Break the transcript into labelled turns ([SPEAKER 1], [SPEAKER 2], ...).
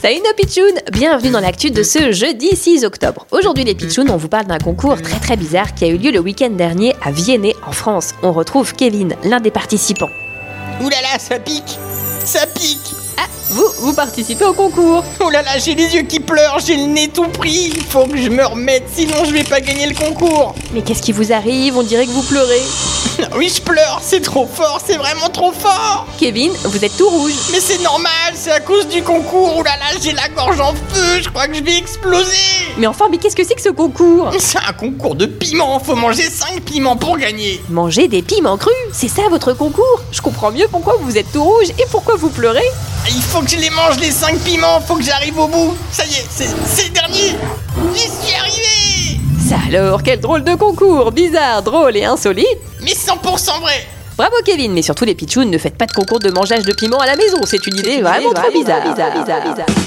[SPEAKER 1] Salut nos pitchounes Bienvenue dans l'actu de ce jeudi 6 octobre. Aujourd'hui les pitchounes, on vous parle d'un concours très très bizarre qui a eu lieu le week-end dernier à Vienne en France. On retrouve Kevin, l'un des participants.
[SPEAKER 2] Ouh là là, ça pique Ça pique
[SPEAKER 1] Ah, vous, vous participez au concours
[SPEAKER 2] Oh là là, j'ai les yeux qui pleurent, j'ai le nez tout pris Il faut que je me remette, sinon je vais pas gagner le concours
[SPEAKER 1] Mais qu'est-ce qui vous arrive On dirait que vous pleurez.
[SPEAKER 2] Oui, je pleure, c'est trop fort, c'est vraiment trop fort
[SPEAKER 1] Kevin, vous êtes tout rouge.
[SPEAKER 2] Mais c'est normal, c'est à cause du concours Ouh là là, j'ai la gorge en feu, je crois que je vais exploser
[SPEAKER 1] Mais enfin, mais qu'est-ce que c'est que ce concours
[SPEAKER 2] C'est un concours de piments, faut manger 5 piments pour gagner
[SPEAKER 1] Manger des piments crus C'est ça votre concours Je comprends mieux pourquoi vous êtes tout rouge et pourquoi vous pleurez.
[SPEAKER 2] Il faut que je les mange les 5 piments, faut que j'arrive au bout Ça y est, c'est c'est le dernier J'y suis arrivé
[SPEAKER 1] Ça alors, quel drôle de concours Bizarre, drôle et insolite
[SPEAKER 2] Mais 100% vrai
[SPEAKER 1] Bravo Kevin, mais surtout les pitchounes, ne faites pas de concours de mangeage de piment à la maison, c'est une idée vraiment trop bizarre. bizarre, bizarre, bizarre.